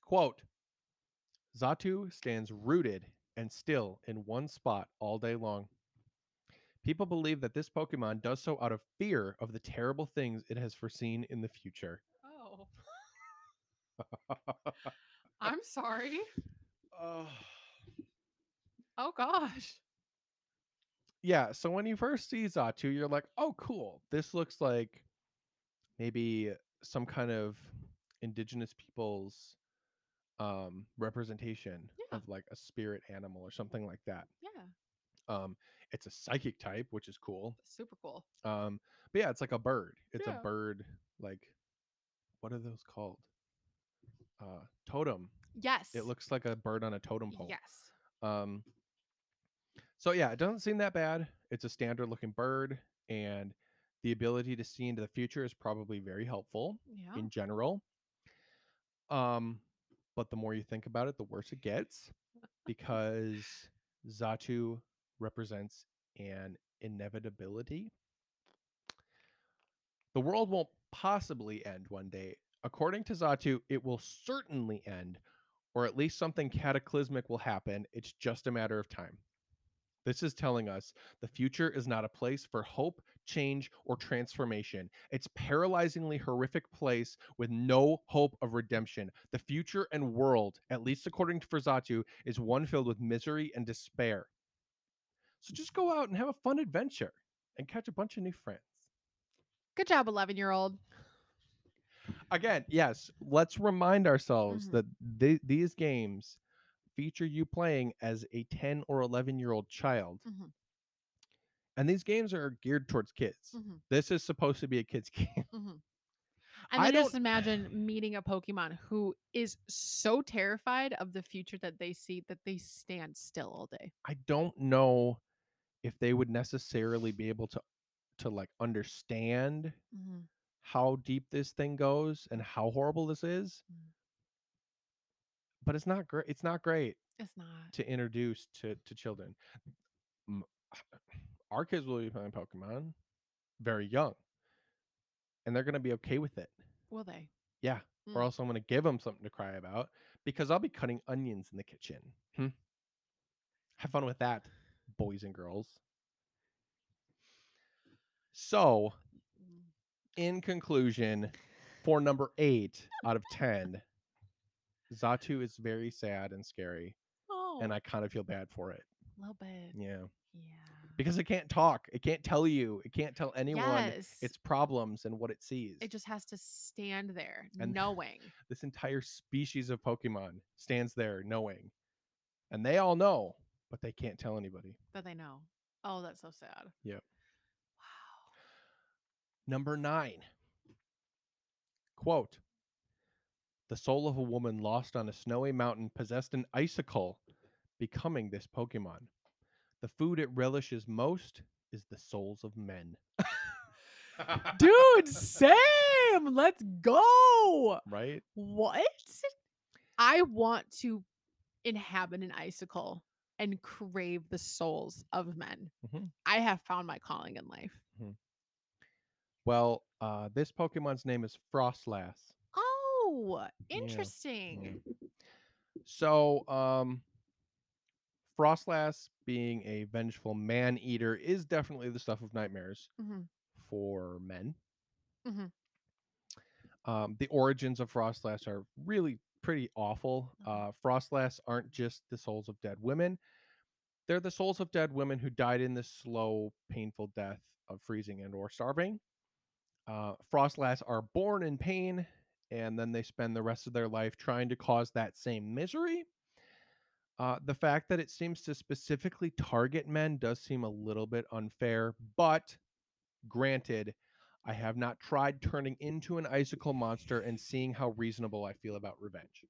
Quote Zatu stands rooted and still in one spot all day long. People believe that this Pokemon does so out of fear of the terrible things it has foreseen in the future.
Oh.
Oh.
[LAUGHS]
[LAUGHS]
I'm sorry.
Ugh.
Oh gosh.
yeah, so when you first see Zatu, you're like, oh, cool. This looks like maybe some kind of indigenous people's um, representation
Yeah.
of like a spirit animal or something like that.
Yeah.
Um, it's a psychic type, which is cool.
Super cool.
Um, but yeah, it's like a bird. It's
Yeah.
a bird. Like, what are those called? Uh, totem.
Yes.
It looks like a bird on a totem pole.
Yes.
Um, so yeah, it doesn't seem that bad. It's a standard looking bird, and the ability to see into the future is probably very helpful
Yeah.
in general. Um, but the more you think about it, the worse it gets because Zatu represents an inevitability. The world won't possibly end one day. According to Zatu, it will certainly end, or at least something cataclysmic will happen. It's just a matter of time. This is telling us the future is not a place for hope, change, or transformation. It's paralyzingly horrific place with no hope of redemption. The future and world, at least according to Frazatu, is one filled with misery and despair. So just go out and have a fun adventure and catch a bunch of new friends.
Good job, eleven year old.
Again, yes, let's remind ourselves
Mhm.
that th- these games feature you playing as a 10 or 11 year old child.
Mhm.
And these games are geared towards kids.
Mhm.
[LAUGHS] This is supposed to be a kids game.
Mhm. And
I
I just
don't- [SIGHS]
imagine meeting a Pokemon who is so terrified of the future that they see that they stand still all day.
I don't know if they would necessarily be able to to like understand how deep this thing goes and how horrible this is.
Mm.
But it's not great. It's not great
It's not.
to introduce to to children. M- Our kids will be playing Pokemon very young, and they're gonna be okay with it.
Will they?
Yeah. Or
Mm.
else I'm gonna give them something to cry about because I'll be cutting onions in the kitchen. Hmm. Have fun with that, boys and girls. So, in conclusion, for number eight out of ten, Zatu is very sad and scary,
Oh,
and I kind of feel bad for it.
a little bit.
Yeah,
Yeah.
because it can't talk, it can't tell you, it can't tell anyone
Yes.
its problems and what it sees.
it just has to stand there
And-
knowing.
this entire species of Pokemon stands there knowing, and they all know, but they can't tell anybody.
that they know. Oh, that's so sad.
Yep.
Wow.
Number nine. Quote The soul of a woman lost on a snowy mountain possessed an icicle, becoming this Pokemon. The food it relishes most is the souls of men.
Dude, Sam, let's go.
Right?
What? I want to inhabit an icicle and crave the souls of men.
Mhm.
I have found my calling in life.
Well, uh, this Pokemon's name is Frostlass.
Oh,
Yeah.
interesting.
So, um, Frostlass, being a vengeful man eater, is definitely the stuff of nightmares.
Mhm.
for men.
Mhm.
Um, the origins of Frostlass are really pretty awful. Uh, Frostlass aren't just the souls of dead women, they're the souls of dead women who died in the slow, painful death of freezing and or starving. Uh, Frostlass are born in pain, and then they spend the rest of their life trying to cause that same misery. Uh, the fact that it seems to specifically target men does seem a little bit unfair, but Granted, I have not tried turning into an icicle monster and seeing how reasonable I feel about revenge.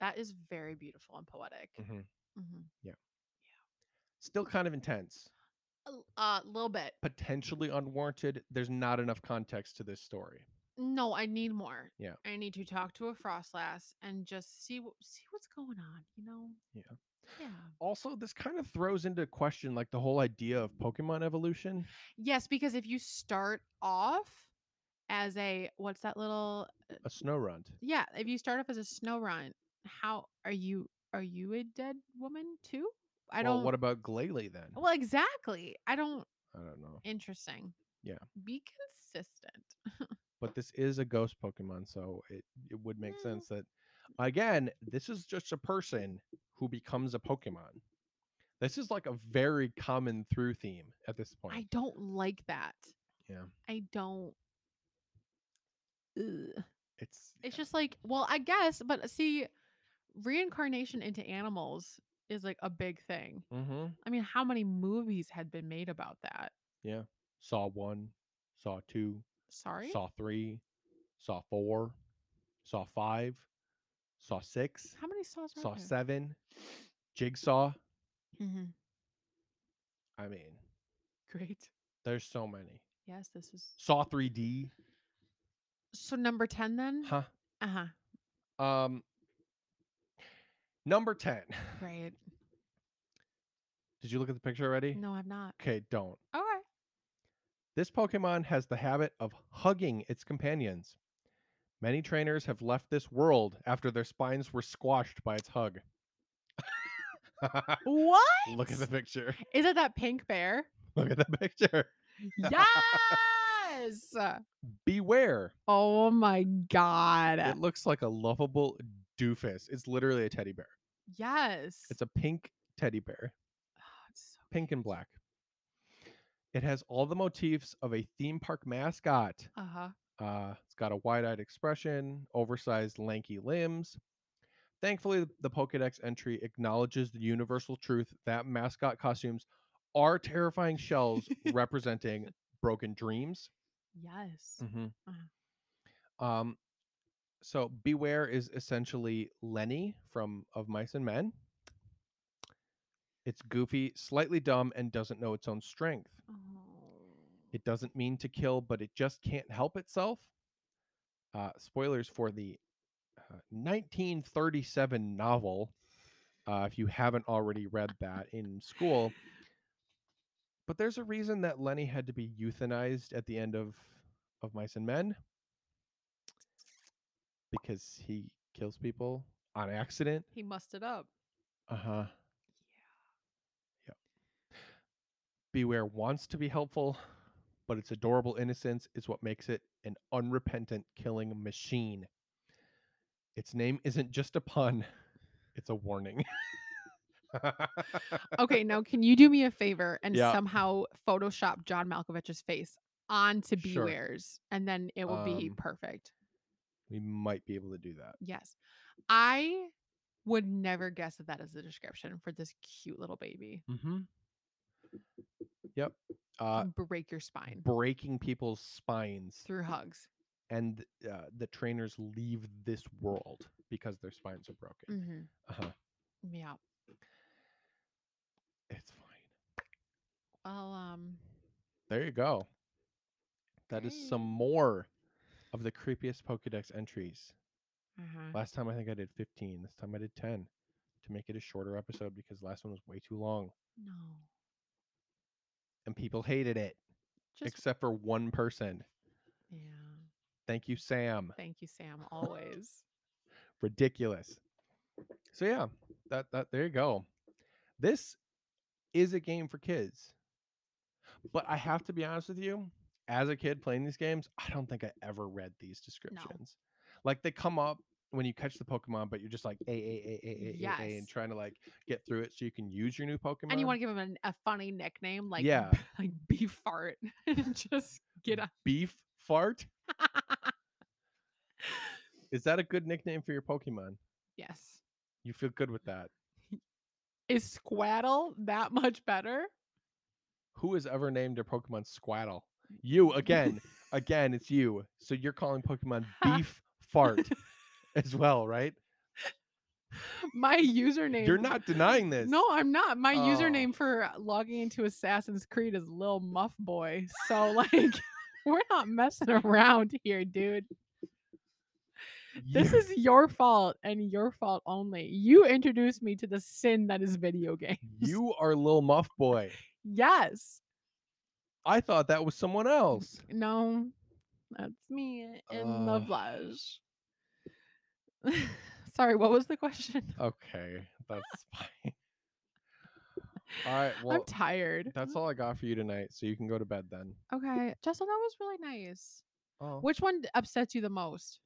That is very beautiful and poetic. Mhm.
Still kind of intense,
A l- uh, little bit.
potentially unwarranted. There's not enough context to this story.
No, I need more.
Yeah.
I need to talk to a frostlass and just see what see what's going on, you know?
Yeah.
Yeah.
Also, this kind of throws into question like the whole idea of Pokemon evolution.
Yes, because if you start off as a what's that little
A snow runt.
yeah, if you start off as a snow runt, how are you are you a dead woman too? I
well,
don't
What about Glalie then?
Well, exactly. I don't
I don't know.
interesting.
Yeah.
Be consistent.
But this is a ghost Pokemon, so it, it would make
Mm.
sense that, again, this is just a person who becomes a Pokemon. This is like a very common through theme at this point.
I don't like that.
Yeah.
I don't Ugh.
It's
It's just like, well, I guess, but uh, see, reincarnation into animals is like a big thing.
mm-hmm.
I mean, how many movies had been made about that?
Saw one, Saw two,
Sorry?
Saw three, Saw four, Saw five, Saw six,
How many saws are
Saw
there?
seven, Jigsaw.
Mhm.
I mean,
Great.
there's so many.
Yes, this is
Saw 3D,
so number ten then.
huh?
Uh huh.
Um, number ten. [SIGHS]
Great.
Did you look at the picture already?
No, I'm not.
Okay, don't.
Okay.
This Pokemon has the habit of hugging its companions. Many trainers have left this world after their spines were squashed by its hug. [LAUGHS]
What?
Look at the picture.
Is it that pink
[LAUGHS]
bear?
Look at the picture.
yes.
Beware.
Oh my god.
It looks like a lovable doofus. It's literally a teddy bear.
Yes.
It's a pink teddy bear,
Oh, it's so
pink and black. It has all the motifs of a theme park mascot.
Uh-huh.
Uh, it's got a wide eyed expression, oversized, lanky limbs. Thankfully, th- the Pokedex entry acknowledges the universal truth that mascot costumes are terrifying shells representing broken dreams.
Yes.
Mm-hmm.
Uh-huh.
Um, so Beware is essentially Lenny from Of Mice and Men. It's goofy, slightly dumb, and doesn't know its own strength.
Oh.
It doesn't mean to kill, but it just can't help itself. Uh, spoilers for the uh, 1937 novel, uh, if you haven't already read that in school. But there's a reason that Lenny had to be euthanized at the end of of Mice and Men because he kills people on accident.
He mussed it
[LAUGHS]
up.
Uh huh. Beware wants to be helpful, but its adorable innocence is what makes it an unrepentant killing machine. Its name isn't just a pun, it's a warning. [LAUGHS]
Okay, now can you do me a favor and
Yeah.
somehow Photoshop John Malkovich's face onto
Sure.
Beware's, and then it will be
Um,
perfect.
we might be able to do that.
Yes, I would never guess that that is the description for this cute little baby.
Mm-hmm. Yep. Uh,
Can break your spine
breaking people's spines, [LAUGHS]
through hugs.
and uh, the trainers leave this world because their spines are broken.
Mm-hmm.
Uh-huh.
Yeah.
It's fine.
Well, um,
There you go. That is
Great.
some more of the creepiest Pokedex entries.
uh-huh.
Last time I think I did 15. This time I did 10 to make it a shorter episode because last one was way too long
no,
and people hated it
just
except for one person.
yeah.
Thank you, Sam.
Thank you,
[LAUGHS]
Sam. Always.
Ridiculous. So yeah, that that there you go. This is a game for kids. But I have to be honest with you, as a kid playing these games, I don't think I ever read these descriptions. Like they come up when you catch the Pokemon, but you're just like a a a a a a,
Yes.
and trying to like get through it so you can use your new Pokemon.
and you want to give him an, a funny nickname like
Yeah.
[LAUGHS]
Mm.
like beef fart [LAUGHS] and just get on
beef fart. Is that a good nickname for your Pokemon?
[LAUGHS] yes
You feel good with that.
is squaddle that much better
Who has ever named their Pokemon Squattle? You again, again, it's you. So you're calling Pokemon beef
[LAUGHS]
fart as well, right?
my username
You're not denying this.
no i'm not my
Oh.
username for logging into assassin's creed is lil muff boy so [LAUGHS] like we're not messing around here dude this
You-
is your fault and your fault only you introduced me to the sin that is video games
you are Lil Muff Boy.
yes
I thought that was
[LAUGHS]
someone else.
No, that's me in the
Ugh.
blush. [LAUGHS] Sorry, what was the question? [LAUGHS]
Okay, that's fine. All right,
I'm
well,
tired.
that's all I got for you tonight. So you can go to bed then.
Okay, Justin, that was really nice.
Oh.
Which one d- upsets you the most?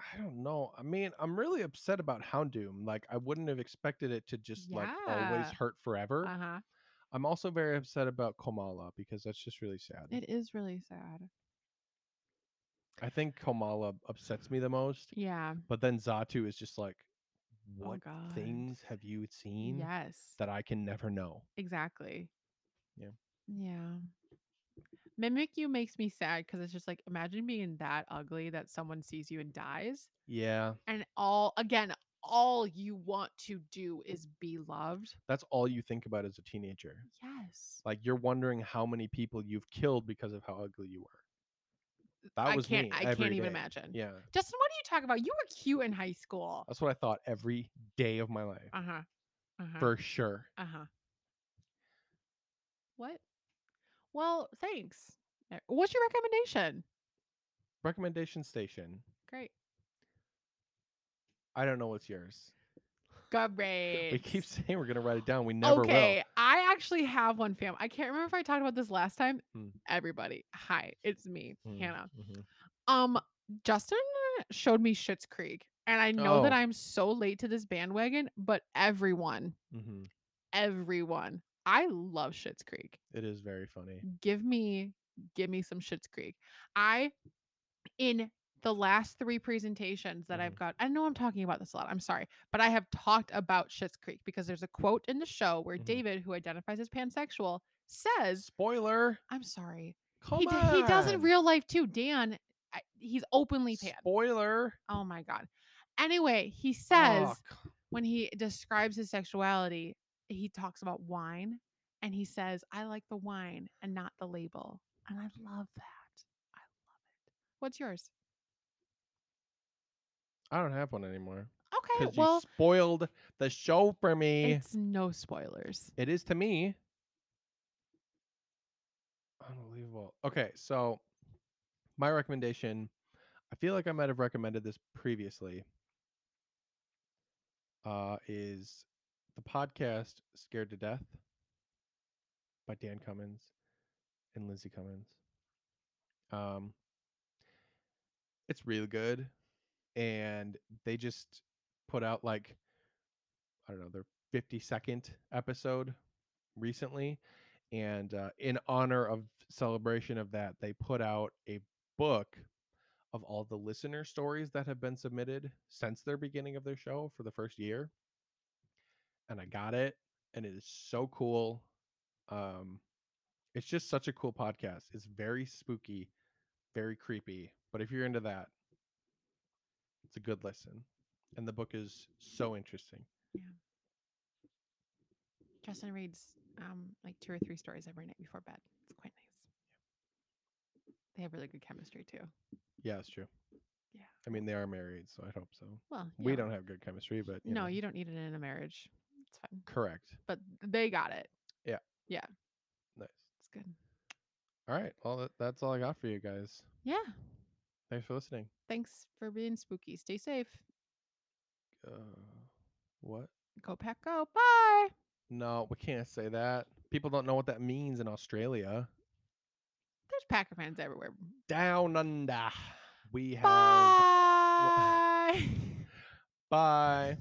I don't know. I mean, I'm really upset about Houndoom. Like, I wouldn't have expected it to just like always
Yeah.
hurt forever.
Uh huh.
I'm also very upset about Komala because that's just really sad.
It is really sad.
I think Komala upsets me the most,
Yeah.
but then Zatu is just like, what
Oh God.
things have you seen
Yes.
that I can never know?
Exactly.
Yeah.
Yeah. Mimic you makes me sad because it's just like imagine being that ugly that someone sees you and dies.
Yeah,
And all again, all you want to do is be loved.
that's all you think about as a teenager.
Yes.
Like, you're wondering how many people you've killed because of how ugly you were. That
I
was
can't
me.
I
every
can't even
day.
imagine.
Yeah,
Justin, what do you talk about? You were cute in high school.
that's what I thought every day of my life.
Uh-huh. Uh-huh.
for sure.
uh-huh. What? Well, thanks. Uh, What's your recommendation?
Recommendation station. [LAUGHS]
Great.
I don't know what's yours.
Great.
We keep [LAUGHS] saying we're gonna write it down. We never
okay, I actually have one fam. I can't remember if I talked about this last time.
Mm.
Everybody, hi, it's me,
will. Mm,
Hannah.
mhm.
Um, Justin showed me Schitt's Creek, and I know that
Oh.
I'm so late to this bandwagon, but everyone,
Mhm.
everyone, I love Schitt's Creek.
It is very funny.
give me give me some Schitt's Creek. I in the last three presentations that I've
Mhm.
got, I know I'm talking about this a lot. I'm sorry, but I have talked about Schitt's Creek because there's a quote in the show where
Mhm.
David, who identifies as pansexual, says,
Spoiler.
"I'm sorry,
Come
he d- he does in
on.
real life too." Dan, I, he's openly pan.
Spoiler
Oh my god. Anyway, he says
Ugh.
when he describes his sexuality, he talks about wine and he says, I like the wine and not the label. And I love that. I love it. What's yours?
I don't have one anymore
Okay.
because you
Well,
spoiled the show for me.
it's no spoilers.
It is to me. Unbelievable. Okay, so my recommendation, I feel like I might have recommended this previously, uh, is the podcast Scared to Death by Dan Cummins and Lindsay Cummins. Um, it's really good. And they just put out like, I don't know, their 52nd episode recently and uh, in honor of celebration of that they put out a book of all the listener stories that have been submitted since their beginning of their show for the first year and i got it and it is so cool um it's just such a cool podcast it's very spooky very creepy but if you're into that it's a good listen and the book is so interesting
Justin reads um, like two or three stories every night before bed. It's quite nice. They have really good chemistry too.
Yeah, it's true.
Yeah.
I mean, they are married, so I hope so.
Well,
We
yeah.
don't have good chemistry, but you
no,
know.
you don't need it in a marriage. It's fine.
correct.
But they got it.
Nice.
It's good.
All right. Well, that, that's all I got for you guys.
Yeah.
Thanks for listening.
Thanks for being spooky. Stay safe.
Uh, what?
Go pack. Go. Bye.
No, we can't say that. People don't know what that means in Australia.
There's Packer fans everywhere.
Down Um, under. We have.
Bye. [LAUGHS]
Bye.